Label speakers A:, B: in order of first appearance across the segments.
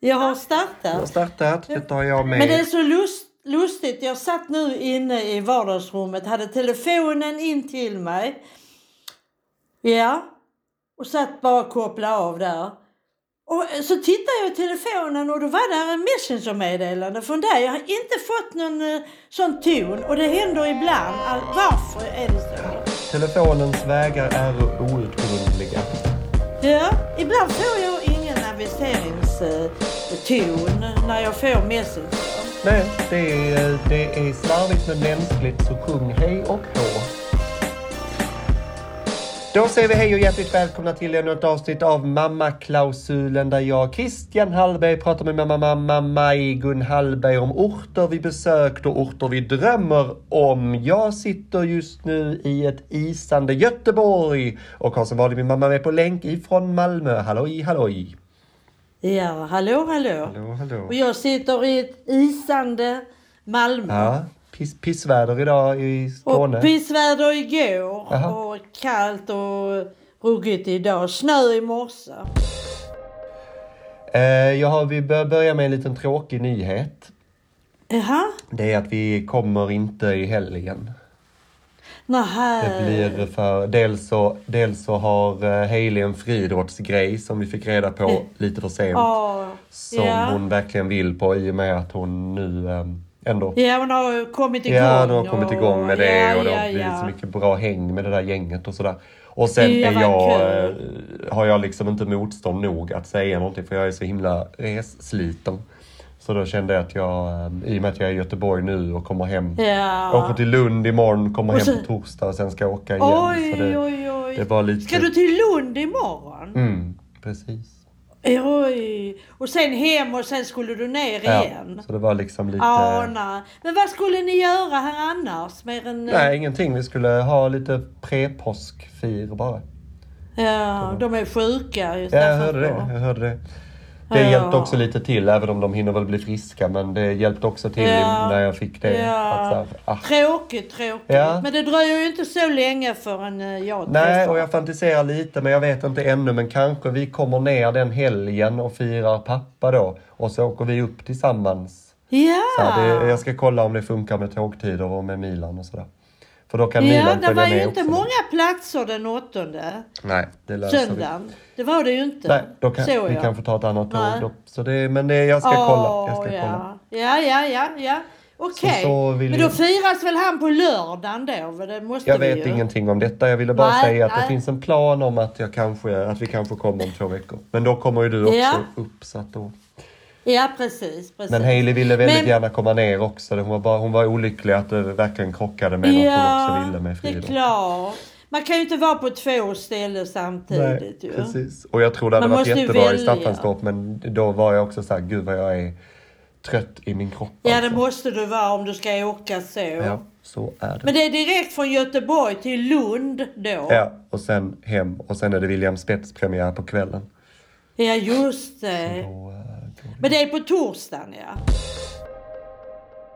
A: Jag har
B: Jag har
A: startat.
B: startat, det tar jag med.
A: Men det är så lust, lustigt. Jag satt nu inne i vardagsrummet, hade telefonen in till mig. Ja. Och satt bara och kopplade av där. Och så tittade jag i telefonen och då var där en messengermeddelande från dig. Jag har inte fått någon eh, sån ton och det händer ibland. All, varför är det så?
B: Telefonens vägar är outgrundliga.
A: Ja, ibland får jag ingen aviseringston när jag får messenger.
B: Nej, det är, det är slarvigt men mänskligt så sjung hej och hå. Då säger vi hej och hjärtligt välkomna till ännu ett avsnitt av Mammaklausulen där jag, Christian Hallberg, pratar med mamma, mamma Maj Gun Hallberg om orter vi besökt och orter vi drömmer om. Jag sitter just nu i ett isande Göteborg och har som vanligt min mamma med på länk ifrån Malmö. Halloj, halloj!
A: Ja, hallå, hallå.
B: Hallå, hallå.
A: Och jag sitter i ett isande Malmö.
B: Ja, piss, pissväder idag i Skåne.
A: och pissväder igår
B: Jaha.
A: och kallt och ruggigt idag. Snö i morse.
B: Eh, jag har, vi bör börja med en liten tråkig nyhet.
A: Jaha,
B: Det är att vi kommer inte i helgen. Det
A: nähä.
B: blir för, dels, så, dels så har eh, Hailey en friidrottsgrej som vi fick reda på lite för sent.
A: Mm. Ja,
B: Som
A: ja.
B: hon verkligen vill på i och med att hon nu eh, ändå...
A: ja, hon har ju kommit igång.
B: Ja, de har kommit
A: och-
B: igång med det
A: ja,
B: och det
A: ja,
B: har blivit
A: ja.
B: så mycket bra häng med det där gänget och sådär. Och sen
A: Ja,
B: är
A: vad
B: jag, eh, har jag liksom inte motstånd nog att säga någonting för jag är så himla ressliten. Så då kände jag att jag, eh, i och med att jag är i Göteborg nu och kommer hem,
A: Ja.
B: åker till Lund imorgon, kommer
A: Och
B: hem
A: så-
B: på torsdag och sen ska jag åka igen. så
A: Oj,
B: det,
A: oj, oj.
B: det var lite...
A: Ska du till Lund imorgon?
B: Mm, precis. Mm.
A: Oj. Och sen hem och sen skulle du ner igen?
B: så det var liksom lite...
A: Ja, nej. Men vad skulle ni göra här annars? Mer än...
B: nej, ingenting. Vi skulle ha lite pre-påskfir bara.
A: Ja, de är sjuka just
B: Mm. Ja, jag
A: därför
B: hörde det.
A: att
B: Jag
A: de-
B: hörde det. Det
A: Ja.
B: hjälpte också lite till, även om de hinner väl bli friska. Men det hjälpte också till
A: Ja.
B: när jag fick det. Att så
A: Ja.
B: här, ah.
A: Tråkigt, tråkigt.
B: Ja.
A: Men det dröjer ju inte så länge förrän eh, jag
B: Nej,
A: träffar-
B: och jag fantiserar lite, men jag vet inte ännu. Men kanske vi kommer ner den helgen och firar pappa då. Och så åker vi upp tillsammans. Så
A: Ja,
B: här, det, jag ska kolla om det funkar med tågtider och med Milan och sådär. För då kan
A: ja
B: Milan
A: det
B: följa
A: var ju
B: med
A: inte
B: också.
A: många platser den åttonde
B: Nej, det löser vi.
A: söndagen. Det var det ju inte.
B: Nej, då kan,
A: Så
B: vi
A: jag.
B: kan få ta ett annat tåg
A: Nej.
B: då. Så det, men det, jag ska kolla. Jag ska
A: Åh,
B: kolla.
A: ja. ja, ja, ja, ja. Okej.
B: Så- så vill
A: Men
B: ju-
A: då firas väl han på lördagen då? För Det måste
B: Jag
A: vi
B: vet
A: ju.
B: ingenting om detta. Jag ville bara
A: Nej,
B: säga att det
A: nej.
B: finns en plan om att, jag kanske, att vi kanske kommer om två veckor. Men då kommer ju du också
A: Ja.
B: upp. Så att då.
A: Ja, precis. precis.
B: Men Hailey ville väldigt
A: Men-
B: gärna komma ner också. Hon var, bara, hon var olycklig att det verkligen krockade med något hon också ville med
A: det är
B: friidrott.
A: klart. Man kan ju inte vara på två ställen samtidigt
B: Nej,
A: ju.
B: precis. Och jag tror det hade
A: Man
B: varit
A: måste ju
B: jättebra i
A: välja.
B: Staffanstorp men då var jag också så här, gud vad jag är trött i min kropp.
A: Ja, det
B: alltså.
A: måste du vara om du ska åka så.
B: ja så är det.
A: Men det är direkt från Göteborg till Lund då.
B: Ja, och sen hem och sen är det William Spets premiär på kvällen.
A: Ja, just det.
B: Och, eh, då-
A: Men det är på torsdagen, ja.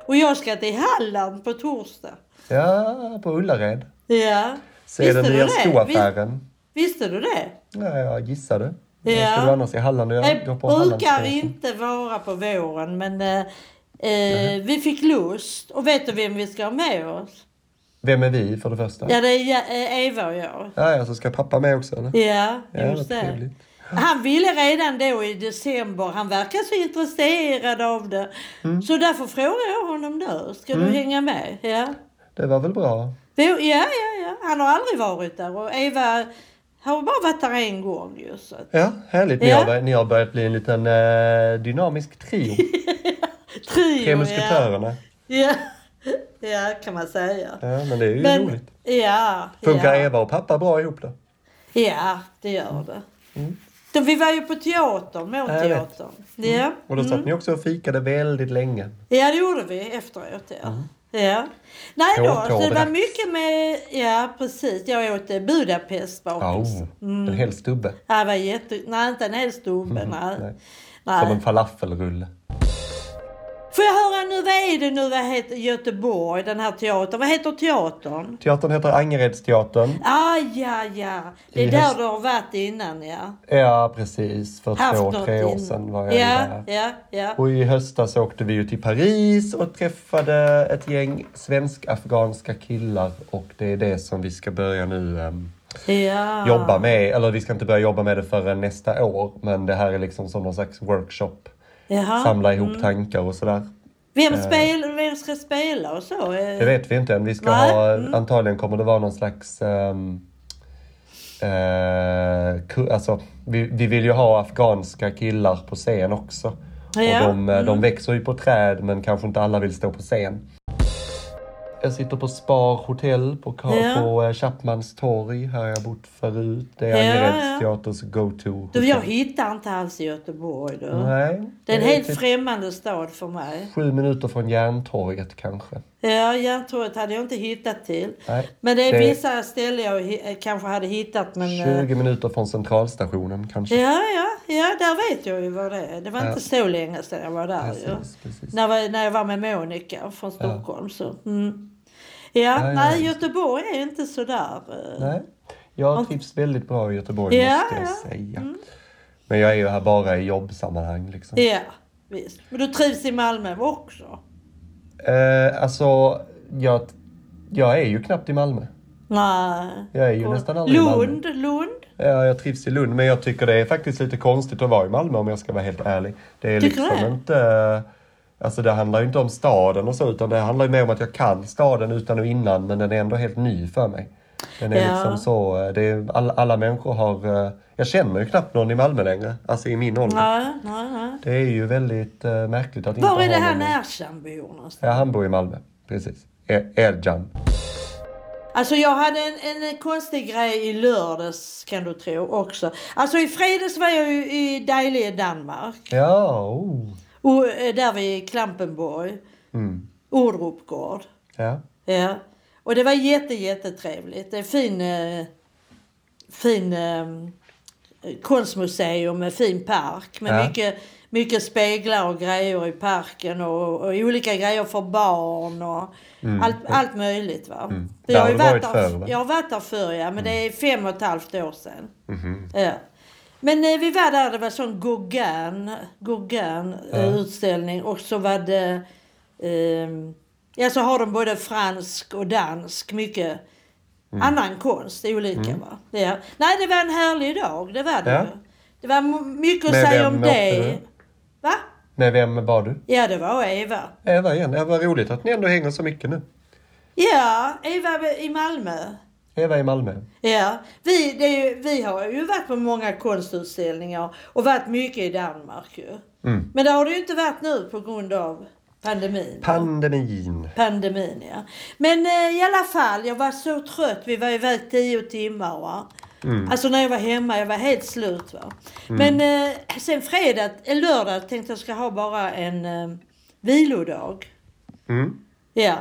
A: Och jag ska till Halland på torsdag.
B: ja, på Ullared.
A: Ja.
B: Se den nya
A: Visst,
B: skoaffären.
A: visste du det?
B: Nej, jag gissade.
A: Ja.
B: Jag skulle annars i Halland liksom- och jag
A: Jag
B: går på
A: brukar
B: Hallandsresan.
A: inte vara på våren, men eh, eh, vi fick lust. Och vet du vem vi ska ha med oss?
B: Vem är vi för det första? Ja.
A: Ja, det är ja, eh, Eva och jag.
B: Ja, så ska pappa med också eller?
A: Ja,
B: Ja,
A: just
B: vad
A: det.
B: trevligt.
A: Han ville redan då i december, han verkar så intresserad av det.
B: Mm.
A: Så därför frågade jag honom då, ska du hänga med? Ja.
B: Det var väl bra?
A: Det- ja, ja, ja. Han har aldrig varit där och Eva har bara varit där en gång ju. Så. att-
B: Ja, härligt. Ni,
A: Ja.
B: har, börjat- ni har börjat bli en liten eh, dynamisk trio.
A: Trio,
B: Tre
A: ja.
B: musketörerna.
A: ja. Ja, kan man säga.
B: Ja, men det är ju
A: Men,
B: roligt.
A: ja,
B: Funkar
A: ja.
B: Eva och pappa bra ihop då?
A: Ja, det gör det.
B: Mm.
A: Då, vi var ju på teatern,
B: vet.
A: Målteatern. Ja.
B: Och då satt ni också och fikade väldigt länge.
A: Ja, det gjorde vi efteråt. Ja. Ja. Nej
B: Jag
A: då,
B: Mm. åt
A: så det var
B: Rådrex.
A: mycket med... Ja, precis. Jag åt eh, Budapest
B: Ja,
A: bakelse.
B: oh, en hel stubbe.
A: Ja, det var jätte... Nej, inte en hel stubbe. Nej.
B: Nej. Mm, Som
A: Nej.
B: en falafelrulle.
A: Får jag höra nu du, vad är det nu, vad heter Göteborg, den här teatern? Vad heter teatern?
B: Teatern heter Angeredsteatern.
A: Ah, ja, ja. Det
B: I
A: är där
B: häst-
A: du har varit innan, ja.
B: Ja, precis. För
A: Haft
B: två,
A: något
B: tre år
A: in-
B: sedan var jag
A: Ja,
B: där.
A: ja, ja.
B: Och i höstas åkte vi ju till Paris och träffade ett gäng svensk-afghanska killar och det är det som vi ska börja nu ehm,
A: ja.
B: jobba med. Eller vi ska inte börja jobba med det förrän nästa år men det här är liksom som någon slags workshop.
A: Jaha.
B: Samla ihop tankar och sådär.
A: Vem, spel, vem ska spela och så? eh?
B: Det eh, vet vi inte än. Vi ska
A: Nej. Mm.
B: ha, Antagligen kommer det vara någon slags... ehm, eh, ku- alltså, vi, vi vill ju ha afghanska killar på scen också.
A: Ja. Mm.
B: Och de, eh, de växer ju på träd men kanske inte alla vill stå på scen. Jag sitter på Spar hotell på, Ka-
A: Ja.
B: på eh, Chapmans torg. Här har jag bott förut. Det är
A: Ja, ja.
B: Angeredsteaterns go-to.
A: Du, jag hittar inte alls Göteborg. Du.
B: Nej,
A: Det är en helt
B: typ
A: främmande stad för mig.
B: sju minuter från Järntorget kanske.
A: Ja, Järntorget hade jag inte hittat till.
B: Nej.
A: Men det är
B: Det-
A: vissa ställen jag hi- eh, kanske hade hittat. Men, eh,
B: 20 minuter från centralstationen kanske.
A: ja, ja, ja, där vet jag ju vad det är. Det var inte så länge sedan jag var där. ju.
B: Precis, precis.
A: När, var- när jag var med Monica från Stockholm. Så. Mm. Ja,
B: ja,
A: nej,
B: just
A: Göteborg är inte så där. eh.
B: Nej, jag trivs väldigt bra i Göteborg
A: Ja,
B: måste jag
A: ja. Mm.
B: säga. Men jag är ju här bara i jobbsammanhang. Liksom.
A: Ja, visst. Men du trivs i Malmö också?
B: Eh, alltså, jag, jag är ju knappt i Malmö.
A: Nej.
B: Jag är ju
A: Och-
B: nästan aldrig i Malmö.
A: Lund, Lund.
B: Ja, jag trivs i Lund, men jag tycker det är faktiskt lite konstigt att vara i Malmö om jag ska vara helt ärlig. Det är
A: Tycker du
B: liksom
A: det?
B: inte... Alltså det handlar ju inte om staden och så, utan det handlar ju mer om att jag kan staden utan och innan, men den är ändå helt ny för mig. Den är
A: Ja.
B: liksom så... eh, Det är, alla, alla människor har... eh, Jag känner ju knappt någon i Malmö längre, alltså i min ålder.
A: Nej, nej, nej.
B: Det är ju väldigt eh, märkligt att
A: Var
B: inte
A: är det
B: ha
A: han
B: någon...
A: Ersan bor någonstans?
B: Ja, han bor i Malmö. Precis. E- Ercan.
A: Alltså jag hade en, en konstig grej i lördags kan du tro också. Alltså i fredags var jag ju i Dejle i Danmark.
B: Ja, oh.
A: Och eh, där vid Klampenborg.
B: Mm.
A: Orupgård.
B: Ja.
A: Ja. Och det var jätte, jättetrevligt. Det är fin, eh, fin eh, konstmuseum med fin park. Med
B: Ja.
A: mycket, mycket speglar och grejer i parken och, och olika grejer för barn och allt, allt möjligt. Va?
B: Mm. Där har du varit förr, va? Mm.
A: Jag har varit där förr ja, men det är fem och ett halvt år sedan.
B: Mhm.
A: Ja. Men eh, vi var där, det var sån Gauguin, Gauguin eh, utställning och så var det... ehm, ja, så har de både fransk och dansk, mycket
B: Mm.
A: annan konst, olika va. Ja. Nej, det var en härlig dag, det var det
B: Ja.
A: ju. Det var m- mycket att
B: Med
A: säga
B: vem
A: om
B: åkte
A: det.
B: du?
A: Va?
B: Med vem var du?
A: Ja, det var Eva.
B: Eva igen. Ja, vad roligt att ni ändå hänger så mycket nu.
A: Ja, Eva i Malmö.
B: Eva i Malmö.
A: Ja, vi, det är ju, vi har ju varit på många konstutställningar och varit mycket i Danmark ju.
B: Mm.
A: Men det har det ju inte varit nu på grund av pandemin.
B: Pandemin.
A: pandemin ja. Men eh, i alla fall, jag var så trött. Vi var iväg tio timmar va. Alltså när jag var hemma, jag var helt slut va. Men eh, sen fredag, eller lördag tänkte jag ska ha bara en eh, vilodag.
B: Mm.
A: Ja,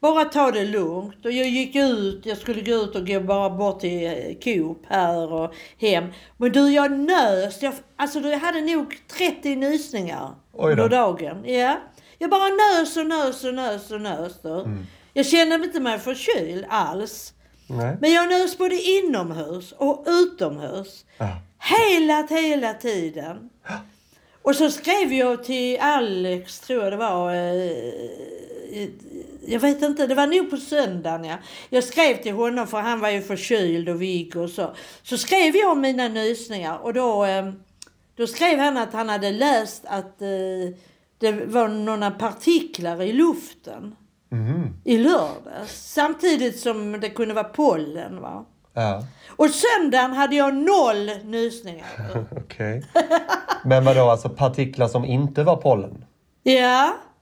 A: bara ta det lugnt. Och jag gick ut, jag skulle gå ut och gå bara bort till eh, Coop här och hem. Men du, jag nös. Jag, alltså du, jag hade nog 30 nysningar
B: Oj då.
A: under dagen. Ja. Jag bara nös och nös och nös och nös. du.
B: Mm.
A: Jag kände mig inte mig förkyld alls.
B: Nej.
A: Men jag nös både inomhus och utomhus.
B: Ah.
A: Hela, hela tiden. Och så skrev jag till Alex, tror jag det var. eh, Jag vet inte, det var nog på söndagen ja. Jag skrev till honom för han var ju förkyld och vig och så. Så skrev jag om mina nysningar och då, eh, då skrev han att han hade läst att eh, det var några partiklar i luften
B: Mhm.
A: i lördags. Samtidigt som det kunde vara pollen va.
B: Ja,
A: Och söndagen hade jag noll nysningar.
B: okej. Men vadå, alltså partiklar som inte var pollen?
A: Ja,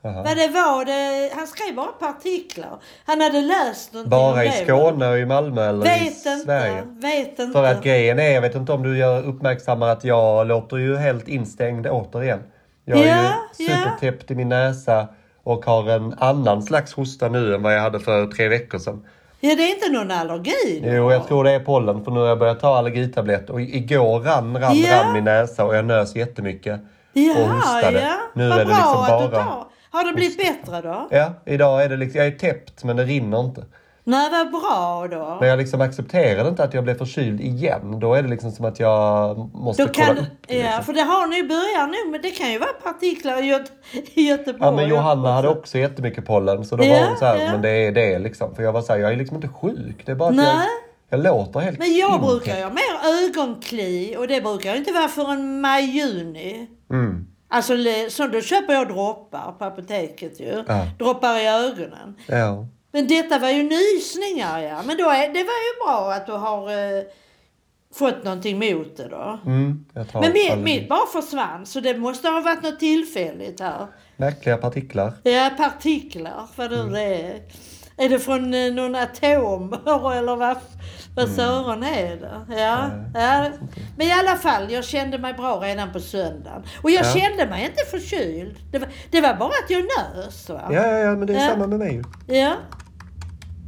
B: Jaha.
A: vad det var. Det, han skrev bara partiklar. Han hade läst någonting om
B: Bara i
A: det, va?
B: Skåne och i Malmö eller i
A: Vet
B: Sverige?
A: inte, vet inte.
B: För att grejen är, jag vet inte om du gör- uppmärksammar att jag låter ju helt instängd återigen. Jag är
A: Ja,
B: ju
A: ja.
B: supertäppt i min näsa och har en annan slags hosta nu än vad jag hade för tre veckor sedan.
A: Ja, det är inte någon allergi. då.
B: Jo, jag tror det är pollen för nu har jag börjat ta allergitablett och i- igår rann, rann,
A: Ja.
B: rann min näsa och jag nös jättemycket.
A: Jaha,
B: och hostade.
A: ja.
B: Nu
A: vad
B: är det
A: bra
B: liksom
A: att du
B: bara-
A: tar. Har det blivit bättre då?
B: Ja, idag är det liksom, jag är täppt men det rinner inte.
A: Nej, vad bra då.
B: Men jag liksom accepterade inte att jag blev förkyld igen. Då är det liksom som att jag måste
A: Då kan,
B: kolla upp det.
A: ja,
B: Liksom.
A: för det har ni i början nu, men det kan ju vara partiklar i, Göte, i Göteborg.
B: Ja, men Johanna hade också jättemycket pollen så då var
A: Ja,
B: hon så här,
A: ja.
B: men det är det liksom. För jag var så här, jag är liksom inte sjuk. Det är bara att jag,
A: Nej.
B: jag låter helt
A: Men jag
B: inte.
A: brukar ju ha mer ögonkli och det brukar ju inte vara förrän maj-juni.
B: Mm.
A: Alltså, le- så då köper jag droppar på apoteket ju.
B: Ja.
A: Droppar i ögonen.
B: Ja.
A: Men detta var ju nysningar ja. Men då är, det var ju bra att du har eh, fått någonting mot det då.
B: Mm, jag tar
A: Men mitt,
B: all-
A: mitt bara försvann så det måste ha varit något tillfälligt här.
B: Märkliga partiklar.
A: Ja, partiklar, vad
B: Mm.
A: nu det är. Är det från eh, någon atomer eller vad, vad
B: Mm.
A: sören är det? Ja, ja. Men i alla fall, jag kände mig bra redan på söndagen. Och jag
B: Ja.
A: kände mig inte förkyld. Det var, det var bara att jag nös. Va?
B: Ja, ja, ja, men det är
A: Ja.
B: samma med mig ju.
A: Ja.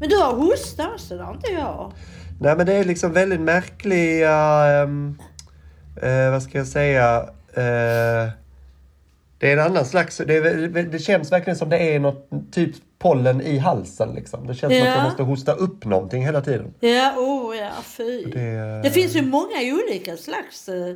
A: Men du har hosta också, det har inte jag.
B: Nej men det är liksom väldigt märkliga, ehm, eh, vad ska jag säga, eh, det är en annan slags, det, är, väl- det känns verkligen som det är något typ pollen i halsen liksom. Det känns som att jag
A: Ja.
B: måste hosta upp någonting hela tiden.
A: Ja, oh ja, fy.
B: Det-
A: Det, finns ju många olika slags eh,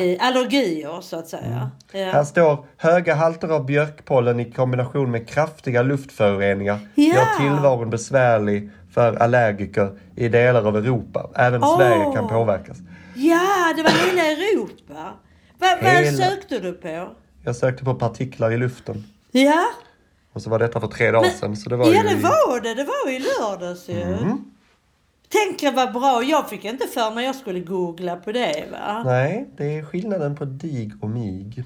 A: eh, allergier så att säga.
B: Mm. Här
A: Ja.
B: står höga halter av björkpollen i kombination med kraftiga luftföroreningar gör
A: Ja.
B: tillvaron besvärlig för allergiker i delar av Europa. Även
A: Åh.
B: Sverige kan påverkas.
A: ja, det var hela Europa. Vad,
B: Hela-
A: vad sökte du på?
B: Jag sökte på partiklar i luften
A: Ja,
B: och så var detta för tre dagar
A: Men-
B: sedan. Så det var
A: ja
B: ju Mm.
A: det
B: i-
A: var det. Det var ju lördags ju. Tänk er vad bra. Jag fick inte för mig jag skulle googla på det va.
B: Nej, det är skillnaden på dig och mig.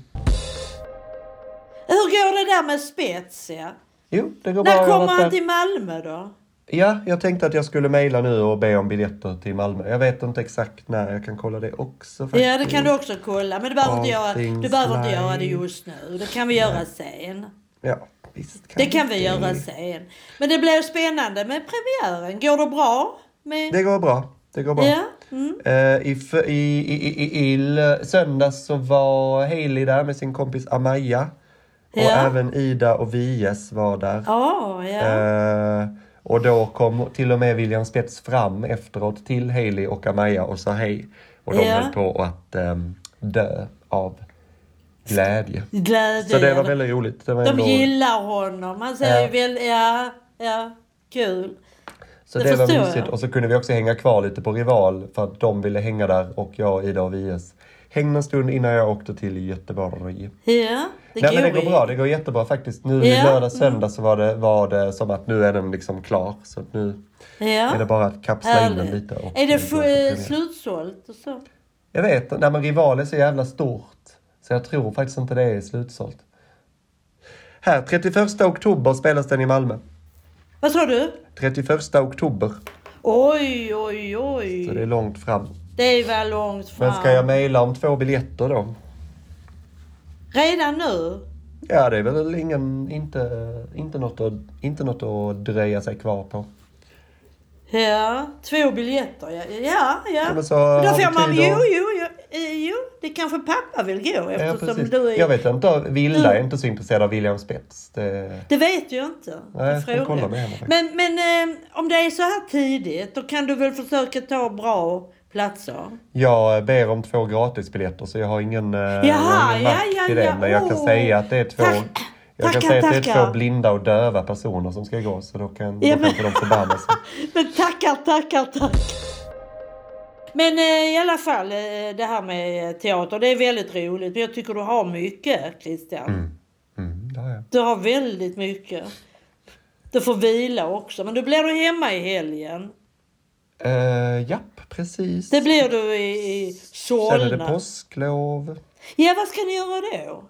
A: Hur går det där med spets ja?
B: Jo, det går bra.
A: När
B: jag har
A: kommer
B: varit
A: han
B: där.
A: till Malmö då?
B: Ja, jag tänkte att jag skulle mejla nu och be om biljetter till Malmö. Jag vet inte exakt när, jag kan kolla det också faktiskt.
A: Ja, det kan du också kolla. Men du behöver, inte göra,
B: Allting
A: du behöver inte
B: slide.
A: göra det just nu. Det kan vi göra sen.
B: Ja, visst kan
A: Det kan
B: vi
A: vi göra sen. Men det blir spännande med premiären. Går det bra? Med...
B: Det går bra. Det går bra.
A: Ja. Mm.
B: Eh, I, f- i, i, i, i, I l- söndags så var Hailey där med sin kompis Amaya. Och
A: Ja.
B: även Ida och Vies var där.
A: Ja, ja.
B: Eh, och då kom till och med William Spets fram efteråt till Hailey och Amaya och sa hej. Och de
A: Ja.
B: höll på att ehm, dö av glädje.
A: Glädje.
B: Så det var väldigt roligt. Det var
A: De
B: ändå,
A: gillar honom. Han säger
B: Ja.
A: ju väl, ja, ja, kul.
B: så
A: det
B: det var
A: förstår jag.
B: mysigt. Och så kunde vi också hänga kvar lite på Rival för att de ville hänga där och jag, Ida och Vies hängde en stund innan jag åkte till Göteborg.
A: Ja, det
B: Nej men det
A: går
B: går
A: ju.
B: bra, det går jättebra faktiskt. Nu i
A: Ja.
B: lördag, söndag så var det, var det som att nu är den liksom klar. Så att nu är det
A: Ja.
B: bara att kapsla in den
A: Härligt.
B: lite. Och
A: Är det
B: och gå på premiär.
A: f- slutsålt och så?
B: Jag vet, nej men Rival är så jävla stort. Så jag tror faktiskt inte det är slutsålt. Här, 31 oktober spelas den i Malmö.
A: Vad sa du?
B: 31 oktober,
A: Oj, oj, oj.
B: så det är långt fram.
A: Det var långt fram.
B: Men ska jag mejla om två biljetter då?
A: Redan nu?
B: Ja, det är väl ingen, inte, inte, något att, inte något att dröja sig kvar på.
A: Ja, två biljetter. Ja, ja. ja.
B: men
A: Men
B: så
A: då
B: har vi
A: får man...
B: tid
A: Jo,
B: att-
A: jo, jo, eh, jo. Det kanske pappa vill gå
B: Ja,
A: eftersom
B: precis.
A: du är...
B: Jag vet inte, Villa är
A: Mm.
B: inte så intresserad av William Spets. Det...
A: Det vet jag inte.
B: Nej, jag ska
A: frågar.
B: kolla med henne faktiskt.
A: Men, men eh, om det är så här tidigt, då kan du väl försöka ta bra platser?
B: Jag eh, ber om två gratisbiljetter så jag har ingen, eh, jag har
A: Jaha,
B: ingen
A: ja,
B: makt
A: ja,
B: i det.
A: ja,
B: Men jag kan
A: åh.
B: säga att det är två,
A: Tack-
B: jag kan
A: tackar,
B: säga att det är
A: tackar.
B: två blinda och döva personer som ska gå så då kan,
A: Ja,
B: då
A: men-
B: kan inte de förbarma sig.
A: Men tackar, tackar, tackar. Men eh, i alla fall, eh, det här med eh, teater, det är väldigt roligt. Men jag tycker du har mycket, Christian.
B: Mm, det har jag.
A: Du har väldigt mycket. Du får vila också, men då blir du hemma i helgen.
B: Eh, japp, precis.
A: Det blir du i, i
B: Sen är det
A: Solna.
B: påsklov.
A: Ja, vad ska ni göra då?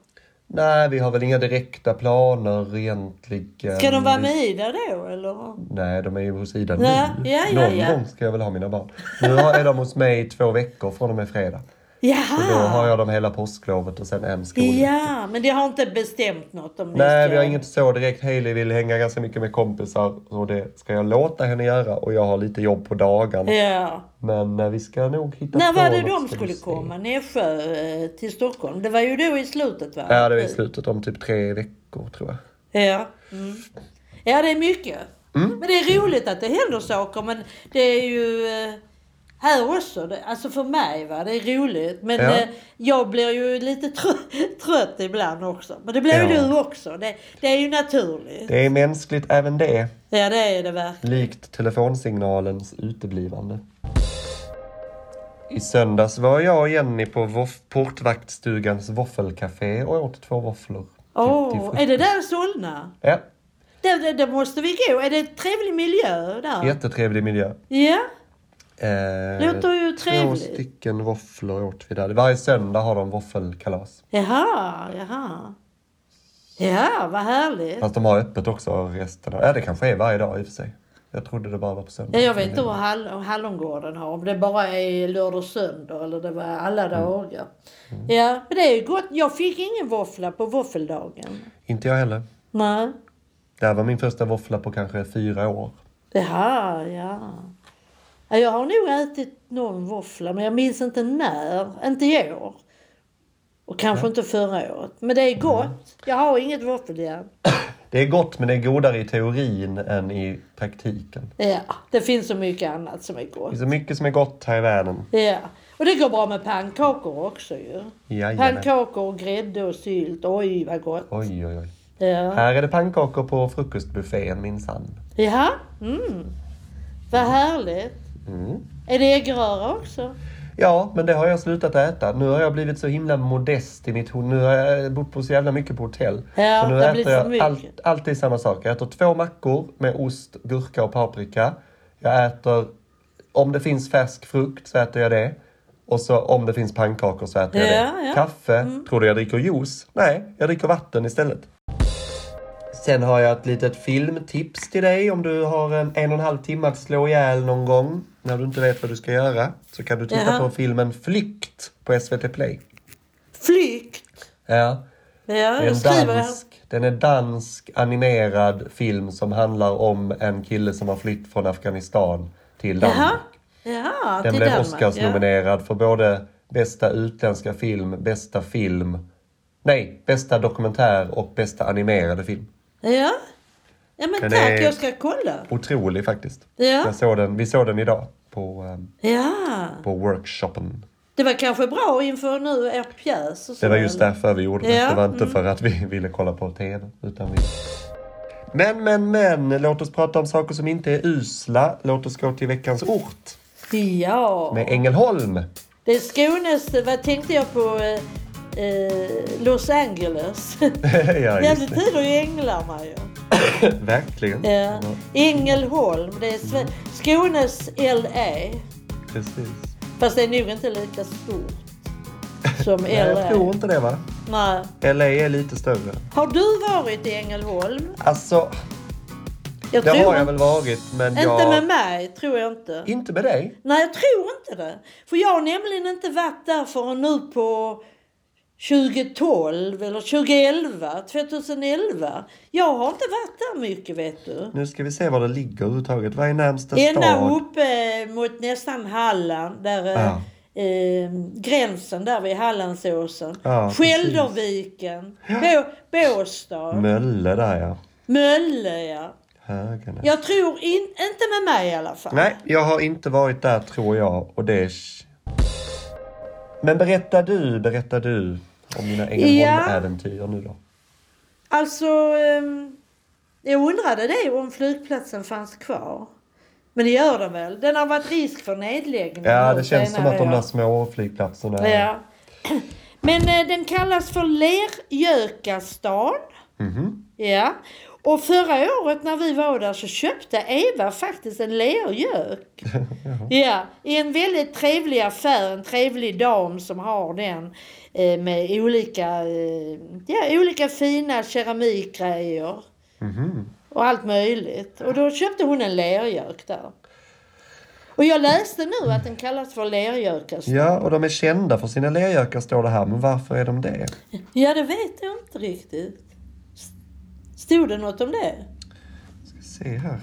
B: Nej, vi har väl inga direkta planer egentligen.
A: Ska de vara med Ida då, eller?
B: Nej, de är ju hos Ida
A: Ja,
B: nu.
A: ja, ja,
B: Någon
A: ja.
B: gång ska jag väl ha mina barn. Nu har- är de hos mig i två veckor från och med fredag. Så då har
A: Jaha!
B: jag dem hela påsklovet och sen en skolvecka.
A: Ah. Ja, men de har inte bestämt något om ni
B: Nej,
A: ska-
B: vi har inget så direkt. Hailey vill hänga ganska mycket med kompisar och det ska jag låta henne göra och jag har lite jobb på dagarna.
A: Ja.
B: Men eh, vi ska nog hitta
A: Eh. När
B: på
A: var det
B: något,
A: de
B: ska
A: skulle
B: vi se.
A: komma? Nässjö eh, till Stockholm? Det var ju då i slutet va?
B: Ja, det är i slutet Mm. om typ tre veckor tror jag.
A: Ja. Mm. ja, det är mycket. Men det är roligt att det händer saker. Men det är ju eh, här också. Det, alltså för mig, va? det är roligt. Men
B: Ja.
A: eh, jag blir ju lite trö- trött ibland också. Men det blir ju
B: Ja.
A: du också. Det, det är ju naturligt.
B: Det är mänskligt även det,
A: Ja, det är det
B: Typ,
A: verkligen.
B: likt telefonsignalens uteblivande. I söndags var jag och Jenny på voff- portvaktstugans våffelcafé och åt två våfflor.
A: Åh,
B: Till- till-
A: är det där Solna?
B: Ja,
A: Där, där, där måste vi gå. Är det en trevlig miljö där?
B: jättetrevlig miljö.
A: Ja,
B: Eh,
A: låter ju
B: Två
A: trevligt.
B: stycken våfflor åt vi där. Varje söndag har de våffelkalas.
A: Jaha, jaha. Ja, vad härligt.
B: Fast de har öppet också resten av... Ja, det kanske är varje dag i och för sig. Jag trodde det bara var på söndag.
A: Ja, jag vet inte vad hall Hallongården har, om det bara är lördag och söndag eller det var alla dagar. Ja, men det är ju gott. Jag fick ingen våffla på våffeldagen.
B: Inte jag heller.
A: Nej.
B: Det här var min första våffla på kanske fyra år.
A: Jaha, ja. ja. Jag har nog ätit någon våffla, men jag minns inte när. Inte i år. Och kanske inte förra året. Men det är gott. Jag har inget våffeljärn.
B: Det är gott, men det är godare i teorin än i praktiken.
A: Ja, det finns så mycket annat som är
B: Det
A: gott.
B: finns så mycket som är gott här i världen.
A: Ja, och det går bra med pannkakor också ju.
B: Jajamän.
A: Pannkakor och grädde och sylt. Oj, vad gott.
B: Oj, oj, oj.
A: Ja.
B: Här är det pannkakor på frukostbuffén minsann.
A: Jaha, mm. Vad härligt.
B: Mm.
A: Är det äggröra också?
B: Ja, men det har jag slutat äta. Nu har jag blivit så himla modest i mitt hotell. Nu har jag bott på så jävla mycket på hotell.
A: Ja,
B: så nu
A: det har
B: äter
A: blivit för
B: jag
A: mycket.
B: allt, alltid samma sak. Jag äter två mackor med ost, gurka och paprika. Jag äter, om det finns färsk frukt så äter jag det. Och så om det finns pannkakor så äter jag
A: Ja,
B: det.
A: ja. Mm.
B: Kaffe, tror du jag dricker juice? Nej, jag dricker vatten istället. Sen har jag ett litet filmtips till dig om du har en en och en halv timme att slå ihjäl någon gång när du inte vet vad du ska göra. Så kan du titta
A: Jaha.
B: på filmen Flykt på SVT Play.
A: Flykt.
B: Ja,
A: Ja,
B: det är
A: jag
B: en
A: skriver här.
B: dansk, den är dansk animerad film som handlar om en kille som har flytt från Afghanistan till Danmark.
A: Jaha. Jaha,
B: Den
A: till
B: blev
A: Danmark,
B: Oscarsnominerad för både bästa utländska film, bästa film, nej, bästa dokumentär och bästa animerade film.
A: Ja. ja. Ja, men
B: Den
A: tack.
B: är-
A: Jag ska kolla.
B: Otrolig faktiskt.
A: Ja.
B: Jag såg den, vi såg den idag på, ehm,
A: Ja.
B: på workshopen.
A: Det var kanske bra inför nu er pjäs. Och så,
B: Det var just
A: eller?
B: därför vi gjorde det.
A: Ja, mm.
B: Det var inte för att vi ville kolla på TV. Utan vi... Men, men, men. Låt oss prata om saker som inte är usla. Låt oss gå till veckans ort
A: Ja.
B: med Ängelholm.
A: Det är Skånes... Vad tänkte jag på? Eh, eh, Los Angeles.
B: ja, just
A: Jävligt
B: det.
A: tid att ängla man ju.
B: Verkligen.
A: Ja. Ängelholm, det är Sve- Skånes LA.
B: Precis.
A: Fast det är nog inte lika stort som LA.
B: Nej, jag tror inte det va?
A: Nej.
B: LA är lite större.
A: Har du varit i Ängelholm?
B: Alltså,
A: Jag
B: det
A: tror
B: har jag väl varit men
A: inte
B: jag...
A: med mig, tror jag inte.
B: Inte med dig?
A: Nej, jag tror inte det. För jag har nämligen inte varit där förrän nu på 2012 eller 2011, 2011. Jag har inte varit där mycket vet du.
B: Nu ska vi se var det ligger överhuvudtaget. Vad är närmsta
A: Ända
B: stad?
A: uppe mot nästan Halland, där
B: Ja.
A: eh, eh, gränsen där vid Hallandsåsen.
B: Ja,
A: Skälderviken, Bå, Båstad,
B: Mölle där ja.
A: Mölle ja.
B: Höganäs.
A: Jag tror in, inte med mig i alla fall.
B: Nej, jag har inte varit där tror jag. Och det är... Men berätta du, berätta du om dina Ängelholm-äventyr nu då.
A: Alltså, ehm, jag undrade det om flygplatsen fanns kvar. Men det gör den väl. Den har varit risk för nedläggning.
B: Ja,
A: nu
B: det känns som
A: senare
B: att de
A: år.
B: där små flygplatserna...
A: Mm, Ja. Men eh, den kallas för Lergökastan.
B: Mhm.
A: Ja. Och förra året när vi var där så köpte Eva faktiskt en lergök. ja, i en väldigt trevlig affär, en trevlig dam som har den eh, med olika, eh, ja, olika fina keramikgrejer
B: Mhm.
A: och allt möjligt. Och då köpte hon en lergök där. Och jag läste nu att den kallas för lergökastan.
B: Ja, och de är kända för sina lergökar står det här. Men varför är de det?
A: Ja, det vet jag inte riktigt. Stod det något om det?
B: Ska se här.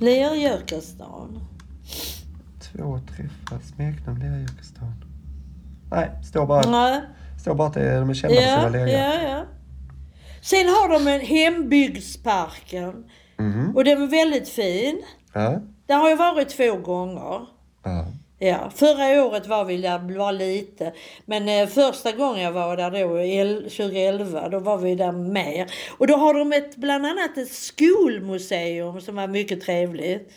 A: Lergökastan.
B: Två träffar. Smeknamn Lergökastan. Nej, står bara,
A: Nej.
B: står bara att det är- de är kända för
A: Mm. Ja,
B: sina
A: ja,
B: lergökar.
A: ja. Sen har de en hembygdsparken. Och den var väldigt fin.
B: Mhm. Ja.
A: Där har jag varit två gånger.
B: Ja.
A: Ja, förra året var vi där, var lite. Men eh, första gången jag var där då, el- 2011, då var vi där mer. Och då har de ett, bland annat ett skolmuseum som var mycket trevligt.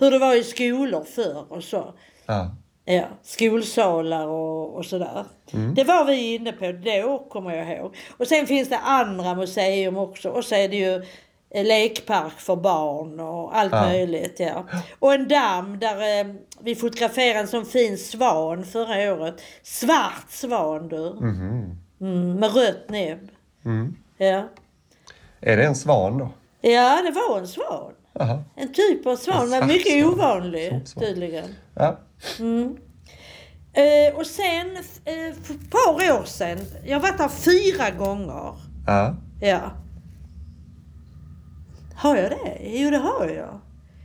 A: Hur det var i skolor förr och så.
B: Ja.
A: Ja, skolsalar och, och sådär.
B: Mm.
A: Det var vi inne på då, kommer jag ihåg. Och sen finns det andra museum också. Och så är det ju eh, lekpark för barn och allt
B: Ja.
A: möjligt. Ja. Och en damm där eh, vi fotograferade en sån fin svan förra året. Svart svan du.
B: Mhm.
A: Mm, med rött näbb.
B: Mm.
A: Ja.
B: Är det en svan då?
A: ja, det var en svan.
B: Jaha.
A: En typ av
B: En
A: svan.
B: svart
A: Men mycket
B: svan.
A: ovanlig
B: Svart svan.
A: tydligen.
B: Ja.
A: Eh, och sen, eh, för ett par år sedan, jag har varit där fyra gånger.
B: Ja.
A: Ja. Har jag det? Jo, det har jag.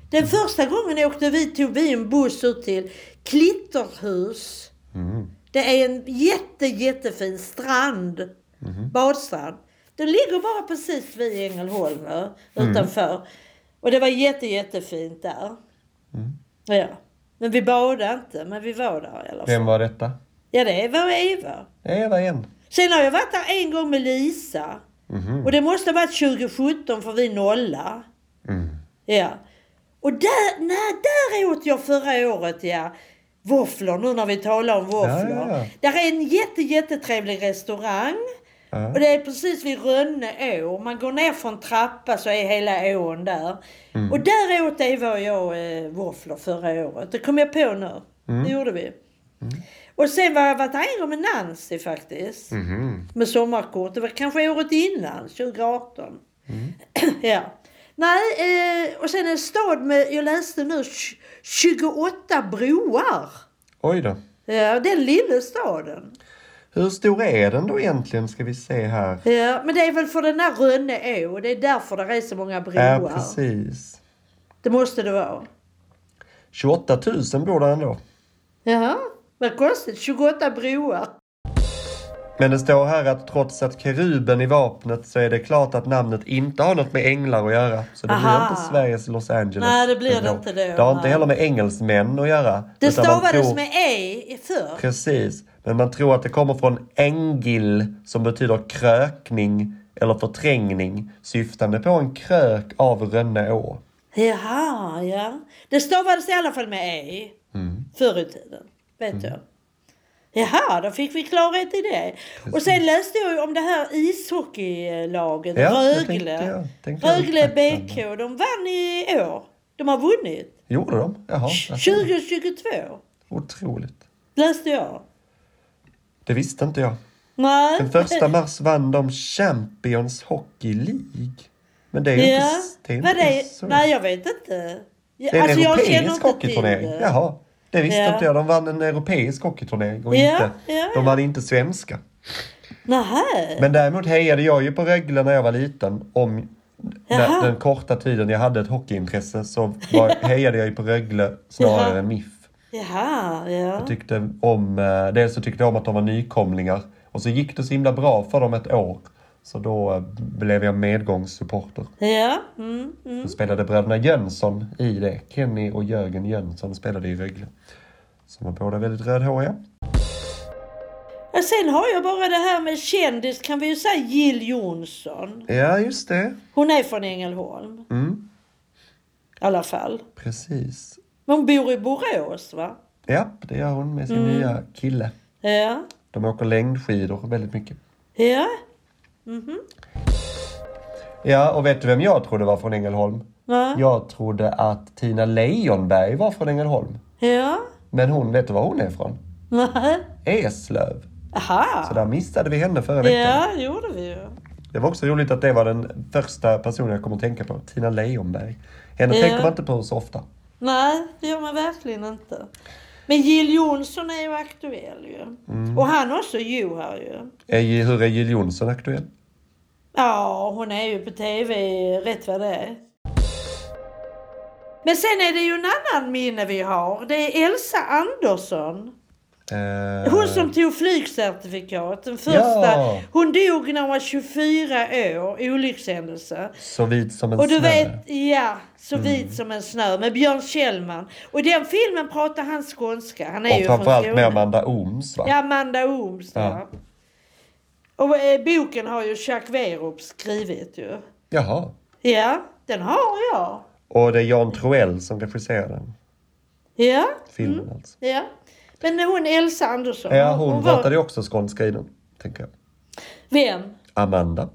A: Den första gången jag åkte vi tog vi en buss ut till Klitterhus.
B: Mm.
A: Det är en jätte, jättefin strand. Badstrand. Den ligger bara precis vid Ängelholm nu, utanför. Och det var jätte, jättefint där. Ja. Men vi badade inte, men vi var där i alla fall.
B: Vem var detta?
A: Ja, det var Eva.
B: Eva igen.
A: Sen har jag varit där en gång med Lisa.
B: Mhm.
A: Och det måste ha varit 2017 för vi nolla.
B: Mm.
A: Ja. Och där, nej, där åt jag förra året, ja. Våfflor, nu när vi talar om våfflor.
B: Ja, ja,
A: Där är en jätte, jättetrevlig restaurang.
B: Ja.
A: Och det är precis vid Rönne å. Man går ner från trappa så är hela ån där. Och där åt Eva och jag eh, våfflor förra året. Det kom jag på nu. Det gjorde vi. Och sen var jag varit där en gång med Nancy faktiskt
B: Mhm.
A: med sommarkort. Det var kanske året innan, 2018. ja. Nej, eh, och sen en stad med, jag läste nu, tj- 28 broar.
B: Oj då.
A: Ja, den lilla staden.
B: Hur stor är den då egentligen ska vi se här.
A: Ja, men det är väl för den där Rönne å, det är därför det är så många broar.
B: Ja, precis.
A: det måste det vara.
B: 28 000 bor där ändå.
A: Jaha, vad konstigt, 28 broar.
B: Men det står här att trots att keruben i vapnet så är det klart att namnet inte har något med änglar att göra. Så det blir
A: Aha.
B: inte Sveriges Los Angeles.
A: Nej, det blir det
B: ändå.
A: inte då,
B: Det har inte
A: nej.
B: heller med engelsmän att göra.
A: Det
B: utan man
A: stavades
B: tror-
A: med e förr.
B: Precis. Men man tror att det kommer från engil som betyder krökning eller förträngning syftande på en krök av Rönne å.
A: Jaha, ja. Det stavades i alla fall med E.
B: Mm.
A: Förr i tiden. Vet jag. Jaha, då fick vi klarhet i det. Och sen läste jag ju om det här ishockeylaget,
B: Ja, det tänkte
A: Rögle.
B: jag- tänkte jag
A: Rögle BK,
B: uppmärksamma.
A: de vann i år. De har vunnit.
B: Gjorde de? Jaha. alltså,
A: 2022
B: Otroligt.
A: läste jag.
B: Det visste inte jag.
A: Nej.
B: Den första mars vann de Champions Hockey League. Men det är ju
A: Ja.
B: inte... Det är
A: Vad
B: inte
A: det
B: så.
A: Nej, jag vet inte. Ja,
B: Det är en
A: alltså, jag känner
B: europeisk
A: inte
B: hockeyturnering.
A: till det.
B: Jaha. Det visste
A: Ja.
B: inte jag. De vann en europeisk hockeyturnering och
A: Ja,
B: inte...
A: ja,
B: de vann inte svenska.
A: Nähä.
B: Men däremot hejade jag ju på Rögle när jag var liten. Om när,
A: Jaha.
B: den korta tiden jag hade ett hockeyintresse så var, hejade jag ju på Rögle snarare
A: Jaha.
B: än MIF.
A: Jaha,
B: Jag
A: ja.
B: tyckte om, eh, dels så tyckte jag om att de var nykomlingar och så gick det så himla bra för dem ett år. Så då eh, blev jag medgångssupporter.
A: Ja, mm, mm.
B: Då spelade bröderna Jönsson i det. Kenny och Jörgen Jönsson spelade i Rögle. Som var båda väldigt rödhåriga.
A: Ja, Sen har jag bara det här med kändis kan vi ju säga Jill Johnson.
B: Ja, just det.
A: Hon är från Ängelholm
B: Mm,
A: i alla fall.
B: precis.
A: Men hon bor i Borås va?
B: Ja, det gör hon med sin nya kille.
A: Ja.
B: De åker längdskidor väldigt mycket.
A: Ja.
B: Ja, och vet du vem jag trodde var från Ängelholm?
A: Ja.
B: Jag trodde att Tina Lejonberg var från Ängelholm.
A: Ja.
B: Men hon, vet du var hon är från?
A: Nej.
B: Eslöv. Så
A: Aha.
B: där missade vi henne förra veckan.
A: Ja, det gjorde vi ju.
B: Det var också roligt att det var den första personen jag kom att tänka på. Tina Lejonberg. Henne
A: Ja.
B: tänker man inte på så ofta.
A: Nej, det gör man verkligen inte. Men Jill Johnson är ju aktuell ju.
B: Mm.
A: Och han också Johar ju.
B: Är, ju- hur är Jill Johnson aktuell?
A: Ja, hon är ju på TV rätt vad det är. Men sen är det ju en annan minne vi har. Det är Elsa Andersson.
B: Eh,
A: Hon som tog flygcertifikat, den första.
B: Ja.
A: Hon dog när hon var 24 år, olyckshändelse.
B: så vit som en
A: Och du
B: snö. Mm.
A: vet, ja, så vit som en snö med Björn Kjellman. Och i den filmen pratar han skånska. Han är
B: och
A: ju från
B: framförallt med
A: Skåne.
B: Amanda Ooms va?
A: Ja, Amanda Ooms.
B: Ja.
A: Ja. Och eh, boken har ju Jacques Werup skrivit ju.
B: Jaha.
A: Ja, den har jag.
B: Och det är Jan Troell som regisserar den
A: Ja,
B: filmen
A: Mm.
B: alltså.
A: ja. Men hon Elsa Andersson.
B: Ja, hon, pratade
A: var...
B: ju också skånska i den, tänker jag.
A: Vem?
B: Amanda.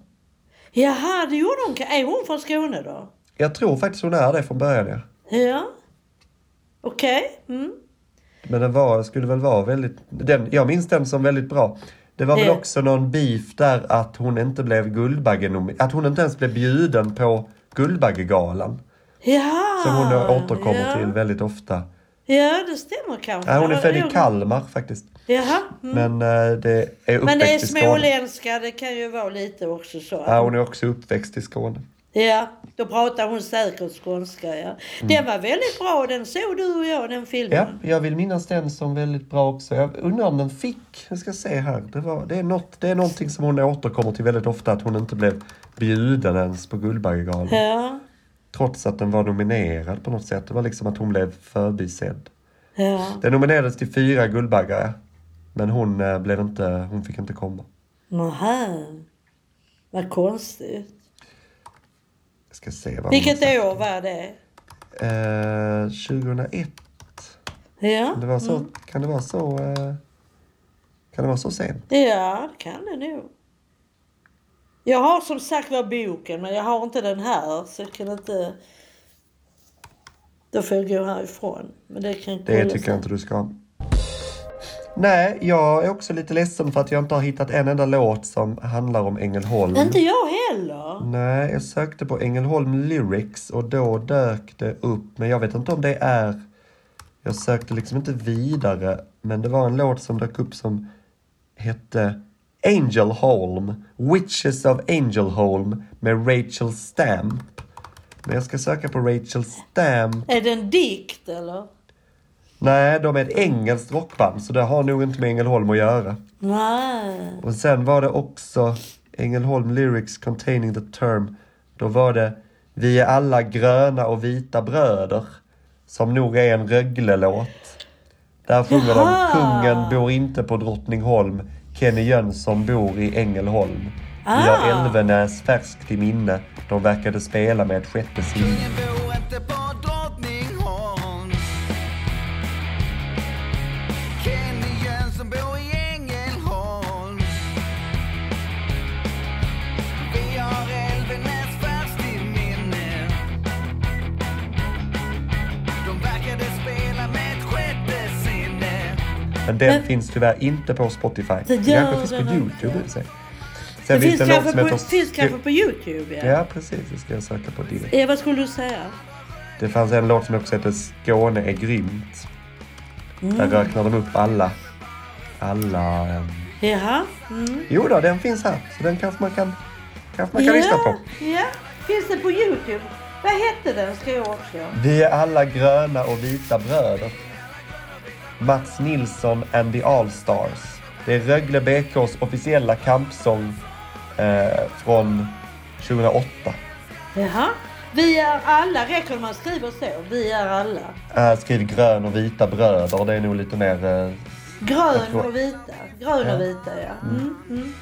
A: Jaha, det gjorde hon. Är hon från Skåne då?
B: Jag tror faktiskt hon är det från början ja.
A: Ja. Okej. Mm.
B: Men den var, skulle väl vara väldigt... Den, jag minns den som väldigt bra. Det var väl
A: Ja.
B: också någon beef där att hon inte blev Guldbaggenom... Att hon inte ens blev bjuden på Guldbaggegalan.
A: Ja.
B: Som hon återkommer
A: Ah, ja.
B: till väldigt ofta.
A: Ja, det stämmer kanske.
B: Ja, hon är född
A: Ja,
B: i
A: hon-
B: Kalmar faktiskt.
A: Jaha. Mm.
B: Men eh, det är
A: Men det är
B: uppväxt i Skåne.
A: småländska, det kan ju vara lite också så.
B: Ja, hon är också uppväxt i Skåne.
A: Ja, då pratar hon säkert skånska. Ja.
B: Mm.
A: Den var väldigt bra, den såg du och jag, den
B: Ja,
A: filmen.
B: jag vill minnas den som väldigt bra också. Jag undrar om den fick, jag ska se här. Det, var, det, är något, det är någonting som hon återkommer till väldigt ofta, att hon inte blev bjuden ens på Guldbaggegalan.
A: Ja.
B: Trots att den var nominerad på något sätt. Det var liksom att hon blev förbisedd.
A: Ja,
B: Den nominerades till fyra Guldbaggar. Men hon, eh, blev inte, hon fick inte komma.
A: nähä. Vad konstigt.
B: Jag ska se vad
A: Vilket
B: hon...
A: år var det?
B: Eh, 2001.
A: Ja,
B: Det var så, Kan det vara så... Eh, kan det vara så sent?
A: ja det kan det nog. Jag har som sagt var boken, men jag har inte den här så jag kan inte... Då får jag gå härifrån. Men det kan jag
B: Det
A: kolla
B: tycker
A: sen.
B: jag inte du ska ha. Nej, jag är också lite ledsen för att jag inte har hittat en enda låt som handlar om Ängelholm.
A: Inte jag heller.
B: Nej, jag sökte på Ängelholm Lyrics och då dök det upp, men jag vet inte om det är... Jag sökte liksom inte vidare, men det var en låt som dök upp som hette Angelholm, Witches of Angelholm med Rachel Stamp. Men jag ska söka på Rachel Stamp.
A: Är det en dikt eller?
B: Nej, de är ett engelskt rockband, så det har nog inte med Ängelholm att göra.
A: Nej.
B: Och sen var det också Ängelholm Lyrics containing the term. Då var det Vi är alla gröna och vita bröder. Som nog är en Rögle-låt. Där sjunger de
A: Jaha.
B: Kungen bor inte på Drottningholm. Kenny Jönsson bor i Ängelholm. Vi har
A: Ah.
B: Elvenäs färskt i minne. De verkade spela med ett sjätte sinne.
C: Kungen bor inte på Drottningholm Kenny Jönsson bor i Ängelholm Vi har Elvenäs färskt i minne De verkade spela med ett sjätte sinne
B: Men den
A: Men-
B: finns tyvärr inte på Spotify. Den
A: gör
B: kanske finns
A: den
B: på
A: inte.
B: Youtube i och för sig.
A: Det
B: Sen
A: finns
B: finns det en låt
A: kanske
B: som
A: på,
B: heter...
A: finns kanske på Youtube ja.
B: Ja, precis. Det ska jag söka på direkt.
A: Eh, vad skulle du säga?
B: Det fanns en låt som också hette Skåne är grymt.
A: Mm.
B: Där räknar de upp alla. Alla... ehm,
A: Jaha? Mm.
B: Jo då, den finns här. Så den kanske man kan, kanske man kan lyssna på.
A: ja. Finns det på Youtube? Vad hette den ska jag också?
B: Vi är alla gröna och vita bröder. Mats Nilsson and the Allstars. Det är Rögle BKs officiella kampsång eh, från 2008.
A: Jaha? Vi är alla, räcker det man skriver så? Vi är alla.
B: Äh, skriv grön och vita bröder. Det är nog lite mer... Eh, Jag
A: Grön
B: tror-
A: och vita. Grön
B: Ja.
A: och vita ja. Mm. Mm.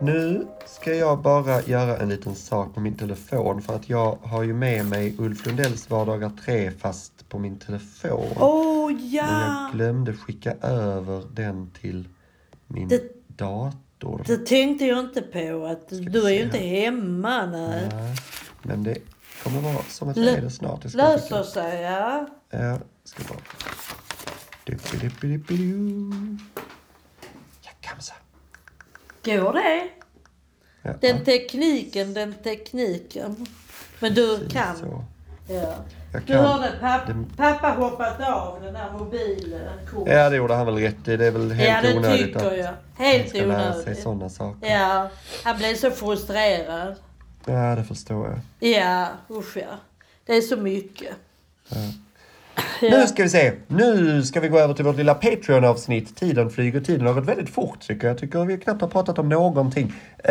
B: Nu ska jag bara göra en liten sak på min telefon för att jag har ju med mig Ulf Lundells vardagar 3 fast på min telefon.
A: Oh
B: Men
A: ja!
B: jag glömde skicka över den till min
A: Det-
B: dator.
A: Det tänkte jag inte på att du är
B: se
A: ju inte hemma nej.
B: Nej, Men det kommer vara som att jag
A: Lö-
B: är det snart. Jag ska skicka-
A: Löser sig ja.
B: Ja, ska bara... Dippidippidippidu. Ja, kamsa.
A: Går det?
B: Ja,
A: Den tekniken, den tekniken. Men du kan.
B: så.
A: Ja.
B: Jag
A: Du
B: kan.
A: hörde pappa,
B: Det-
A: pappa hoppat av den där mobilen. Kort.
B: Ja, det gjorde han väl rätt i. Det är väl helt
A: ja det
B: onödigt
A: tycker
B: att-
A: jag.
B: Man
A: Helt
B: ska lära sig
A: onödigt.
B: sådana saker.
A: Ja, han blev så frustrerad.
B: Ja, det förstår jag.
A: Ja, usch ja. Det är så mycket.
B: Nu ska vi se. Nu ska vi gå över till vårt lilla Patreon-avsnitt. Tiden flyger, tiden har gått väldigt fort tycker jag. Jag tycker vi knappt har pratat om någonting. Eh,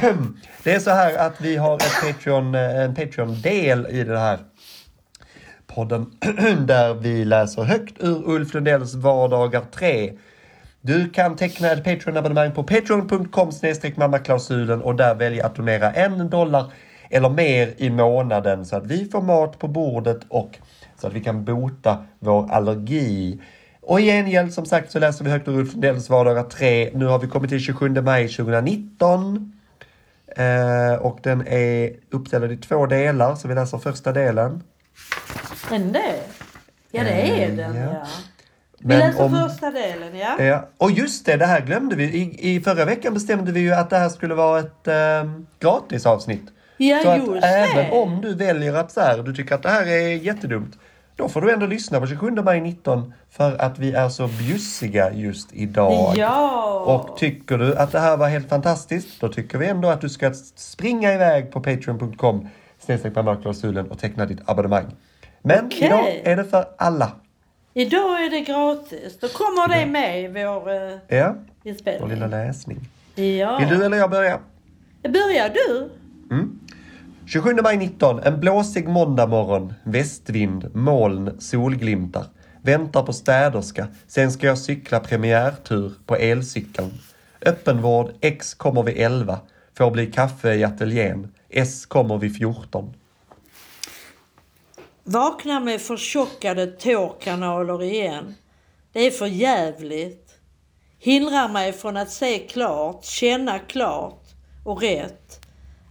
B: det är så här att vi har ett Patreon, eh, en Patreon-del i det här podden där vi läser högt ur Ulf Lundells vardagar 3. Du kan teckna ett Patreon-abonnemang på patreon.com mammaklausulen och där välja att donera en dollar eller mer i månaden så att vi får mat på bordet och så att vi kan bota vår allergi. Och i gengäld som sagt så läser vi högt ur Ulf Lundells vardagar 3. Nu har vi kommit till 27 maj 2019. Eh, och den är uppdelad i två delar, så vi läser första delen.
A: Men det? Ja, det är den,
B: Mm, ja.
A: ja. Vi
B: Men
A: läser
B: om-
A: första delen, ja.
B: Ja. Eh, Och just det, det här glömde vi. I, I förra veckan bestämde vi ju att det här skulle vara ett ehm, gratis avsnitt.
A: Ja,
B: så att
A: just
B: även
A: det.
B: om du väljer att så här, du tycker att det här är jättedumt, då får du ändå lyssna på 27 maj 19 för att vi är så bjussiga just idag.
A: Ja.
B: Och tycker du att det här var helt fantastiskt, då tycker vi ändå att du ska springa iväg på patreon.com snedstreck mammaklausulen och teckna ditt abonnemang. Men
A: Okej.
B: idag är det för alla.
A: Idag är det gratis. Då kommer det med i vår eh,
B: Ja, vår lilla
A: inspelning.
B: läsning.
A: Ja.
B: Vill du eller jag börja?
A: Börjar du?
B: 27 maj 19, en blåsig måndagmorgon. Västvind, moln, solglimtar. Väntar på städerska. Sen ska jag cykla premiärtur på elcykeln. Öppenvård, X kommer vid 11. Får bli kaffe i ateljén. S kommer vid 14.
A: Vakna med förtjockade tårkanaler igen. Det är för jävligt. Hindrar mig från att se klart, känna klart och rätt.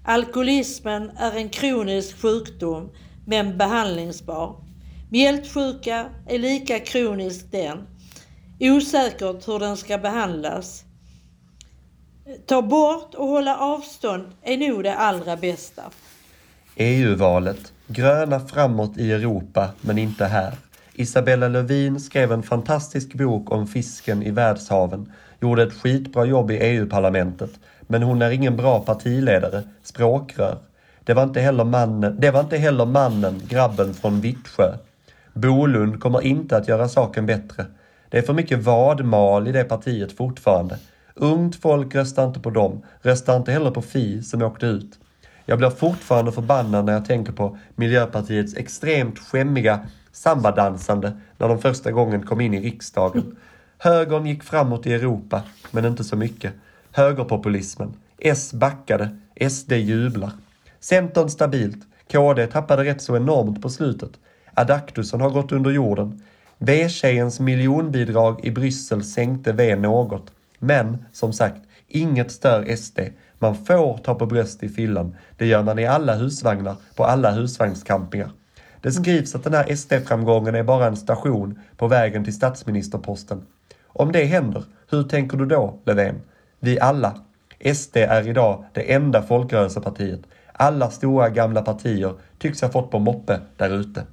A: Alkoholismen är en kronisk sjukdom, men behandlingsbar. Mjältsjuka är lika kronisk den. Osäkert hur den ska behandlas. Ta bort och hålla avstånd är nog det allra bästa.
B: EU-valet. E Gröna framåt i Europa, men inte här. Isabella Lövin skrev en fantastisk bok om fisken i världshaven. Gjorde ett skitbra jobb i EU-parlamentet. Men hon är ingen bra partiledare, språkrör. Det var inte heller mannen, det var inte heller mannen grabben från Vittsjö. Bolund kommer inte att göra saken bättre. Det är för mycket vadmal i det partiet fortfarande. Ungt folk röstar inte på dem, röstar inte heller på Fi som åkte ut. Jag blir fortfarande förbannad när jag tänker på Miljöpartiets extremt skämmiga sambadansande när de första gången kom in i riksdagen. Högern gick framåt i Europa, men inte så mycket. Högerpopulismen. S backade. SD jublar. Centern stabilt. KD tappade rätt så enormt på slutet. Adaktusson har gått under jorden. V-tjejens miljonbidrag i Bryssel sänkte V något. Men, som sagt, inget stör SD. Man får ta på bröst i fyllan. Det gör man i alla husvagnar, på alla husvagnscampingar. Det skrivs att den här SD-framgången är bara en station på vägen till statsministerposten. Om det händer, hur tänker du då, Löfven? Vi alla. SD är idag det enda folkrörelsepartiet. Alla stora gamla partier tycks ha fått på moppe där ute.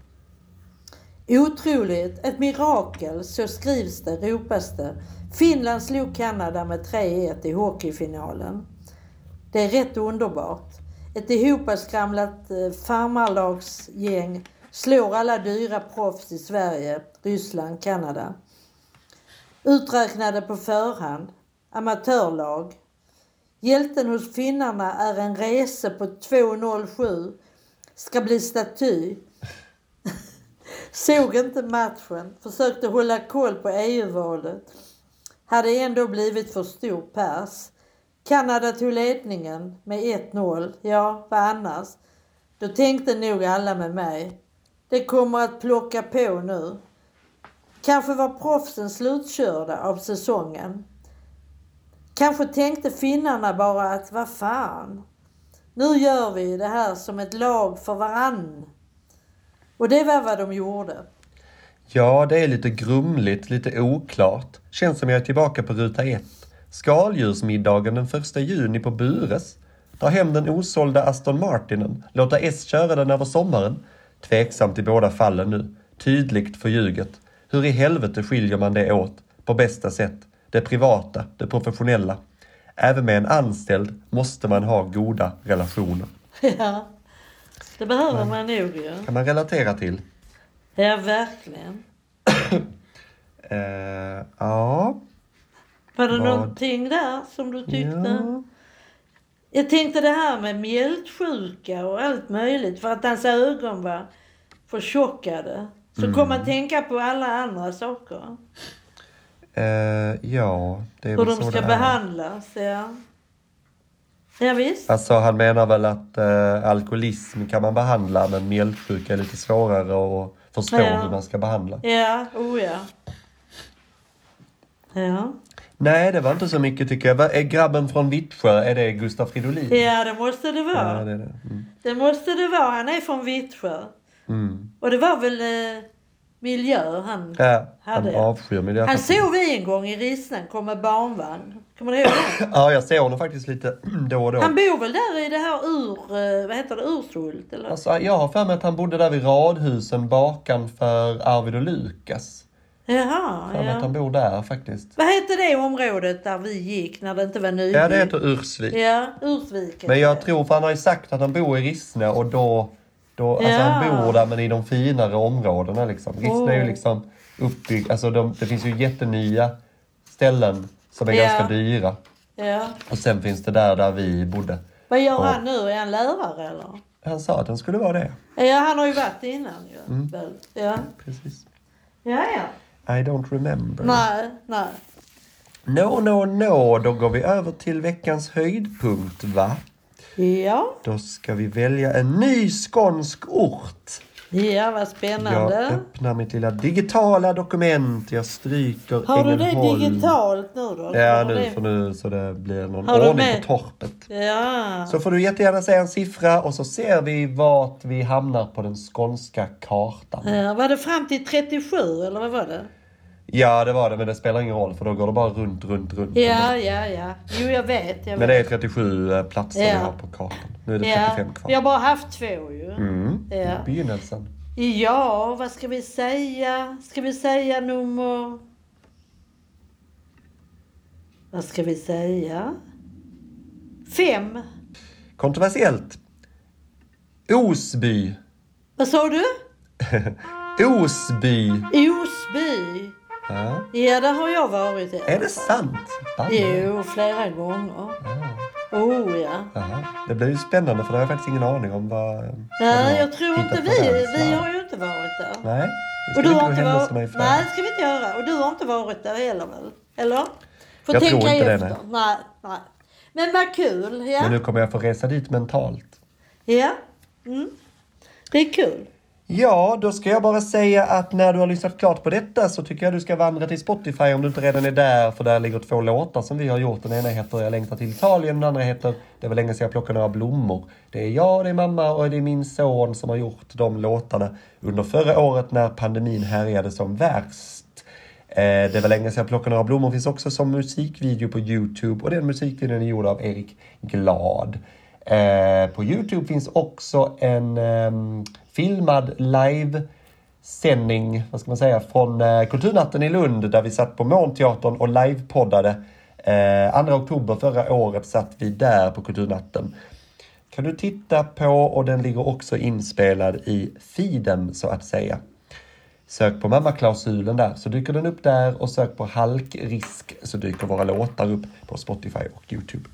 A: Otroligt, ett mirakel, så skrivs det, ropas det. Finland slog Kanada med 3-1 i hockeyfinalen. Det är rätt underbart. Ett ihopskramlat eh, farmarlagsgäng slår alla dyra proffs i Sverige, Ryssland, Kanada. Uträknade på förhand. Amatörlag. Hjälten hos finnarna är en rese på 2,07. Ska bli staty. Såg inte matchen, försökte hålla koll på EU-valet. Hade ändå blivit för stor pers. Kanada tog ledningen med 1-0. Ja, vad annars? Då tänkte nog alla med mig. Det kommer att plocka på nu. Kanske var proffsen slutkörda av säsongen. Kanske tänkte finnarna bara att vad fan. Nu gör vi det här som ett lag för varann. Och det var vad de gjorde.
B: Ja, det är lite grumligt, lite oklart. Känns som jag är tillbaka på ruta ett. Skaldjursmiddagen den 1 juni på Bures. Ta hem den osålda Aston Martinen, låta S köra den över sommaren. Tveksamt i båda fallen nu. Tydligt förljuget. Hur i helvete skiljer man det åt? På bästa sätt. Det privata, det professionella. Även med en anställd måste man ha goda relationer.
A: Ja, det behöver man nog ju.
B: Kan man relatera till?
A: Ja, verkligen.
B: Eh, ja.
A: Var det
B: Vad?
A: någonting där som du tyckte?
B: ja.
A: Jag tänkte det här med mjältsjuka och allt möjligt för att hans ögon var för tjockade. Så
B: Mm.
A: kom man tänka på alla andra saker.
B: Eh, ja, det är
A: Hur
B: väl
A: de
B: så
A: ska
B: det är.
A: behandlas, ja. Ja, visst.
B: Alltså han menar väl att eh, alkoholism kan man behandla men mjältsjuka är lite svårare att förstå
A: Ja.
B: hur man ska behandla.
A: Ja, oh ja. Ja.
B: Nej, det var inte så mycket tycker jag. Va- Är grabben från Vittsjö, är det Gustav Fridolin?
A: ja, det måste det vara.
B: Ja, det är det. Mm.
A: Det måste det vara. Han är från Vittsjö.
B: Mm.
A: Och det var väl eh, miljö han...
B: Ja, han
A: Hade jag.
B: avskyr
A: Han
B: miljöpartiet.
A: sov vi en gång i Rissnan, kom med barnvagn. Kommer du ihåg det?
B: Ja, jag ser honom faktiskt lite då och då.
A: Han bor väl där i det här ur... eh, Vad heter det? Urshult? Eller?
B: Alltså, jag har för mig att han bodde där vid radhusen bakan för Arvid och Lukas.
A: Jaha,
B: För mig att han
A: ja.
B: bor där faktiskt.
A: Vad hette det området där vi gick när det inte var nybyggt?
B: Ja, det heter Ursvik.
A: Ja, Ursviken.
B: Men jag tror, för han har ju sagt att han bor i Rissne och då... då
A: Ja.
B: Alltså han bor där men i de finare områdena liksom. Rissne är ju
A: Oh.
B: liksom uppbyggt, alltså de, det finns ju jättenya ställen som är
A: Ja.
B: ganska dyra.
A: Ja.
B: Och sen finns det där där vi bodde.
A: Vad gör
B: Ja.
A: han nu? Är han lärare eller?
B: Han sa att han skulle vara det.
A: Ja, han har ju varit innan ju.
B: Mm.
A: väl? Ja.
B: Precis.
A: ja, ja.
B: I don't remember.
A: Nej, nej.
B: No, no, no. Då går vi över till veckans höjdpunkt, va?
A: Ja,
B: Då ska vi välja en ny skånsk ort.
A: ja vad
B: Jag
A: spännande.
B: öppnar mitt lilla digitala dokument. Jag stryker
A: har du det
B: Ängelholm.
A: digitalt nu då?
B: Ja,
A: Har du
B: nu
A: det?
B: för nu så det blir någon
A: Har du
B: ordning
A: med?
B: på torpet.
A: Ja.
B: Så får du jättegärna säga en siffra och så ser vi vart vi hamnar på den skånska kartan.
A: ja. Eh, Var det fram till 37 eller vad var det?
B: Ja, det var det, men det spelar ingen roll för då går det bara runt, runt, runt.
A: Ja, ja, ja. Jo, jag vet. Jag vet.
B: Men det är 37 eh, platser vi
A: Ja.
B: har på kartan. Nu är det
A: ja.
B: 35 kvar.
A: Vi har bara haft två ju.
B: Mm.
A: Ja.
B: Begynnelsen.
A: ja, vad ska vi säga? Ska vi säga nummer... Vad ska vi säga? Fem.
B: Kontroversiellt. Osby.
A: Vad sa du?
B: Osby.
A: Osby.
B: Ja.
A: Ja, där har jag varit.
B: Är det sant? Banne.
A: Jo, flera gånger.
B: Mm.
A: Oh ja.
B: Jaha. Det blir ju spännande för det har jag faktiskt ingen aning om vad... vad du har
A: Nej, jag tror
B: hittat
A: inte
B: på
A: vi.
B: den
A: Vi
B: slant.
A: har ju inte varit där.
B: Nej, det
A: Och
B: skulle
A: du
B: inte
A: har
B: gå
A: inte varit...
B: händelserna
A: Nej,
B: ifrån.
A: det ska vi inte göra. Och du har inte varit där heller väl? Eller? Får
B: Jag tror
A: tänka
B: inte det,
A: efter. nej. nej. Men vad kul. Ja.
B: Men nu kommer jag få resa dit mentalt.
A: ja. Mm. Det är kul.
B: Ja, då ska jag bara säga att när du har lyssnat klart på detta så tycker jag du ska vandra till Spotify om du inte redan är där. För där ligger två låtar som vi har gjort. Den ena heter Jag längtar till Italien, den andra heter Det var länge sedan jag plockade några blommor. Det är jag, det är mamma och det är min son som har gjort de låtarna under förra året när pandemin härjade som värst. Eh, Det var länge sedan jag plockade några blommor. Finns också som musikvideo på Youtube och den musikvideon är gjord av Erik Glad. Eh, På Youtube finns också en ehm, filmad live sändning, vad ska man säga, från eh, Kulturnatten i Lund där vi satt på Månteatern och livepoddade. Eh, 2 oktober förra året satt vi där på Kulturnatten. Kan du titta på och den ligger också inspelad i feeden så att säga. Sök på mammaklausulen där så dyker den upp där och sök på halkrisk så dyker våra låtar upp på Spotify och Youtube.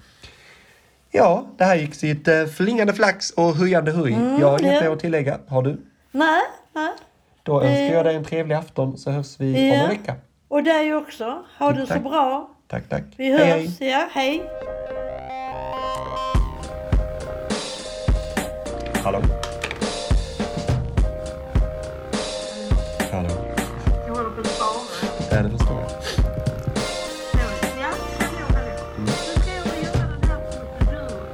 B: Ja, det här gick sitt eh, flingande flax och hujande huj. jag har inget
A: Mm, ja.
B: mer att tillägga. Har du?
A: Nej, nej.
B: Då önskar jag
A: Eh.
B: dig en trevlig afton så hörs vi om
A: Ja.
B: en vecka.
A: Och dig också. Ha det så
B: Tack.
A: bra.
B: Tack, tack.
A: Vi hörs. Ja, hej.
B: Hallå. Hallå.
A: Jag håller på att spara.
B: Ja, det förstår jag.
A: Ja, hallå, hallå. Nu ska jag göra den här proceduren.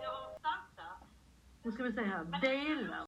A: Jag har startat. Nu ska vi se här. Delar.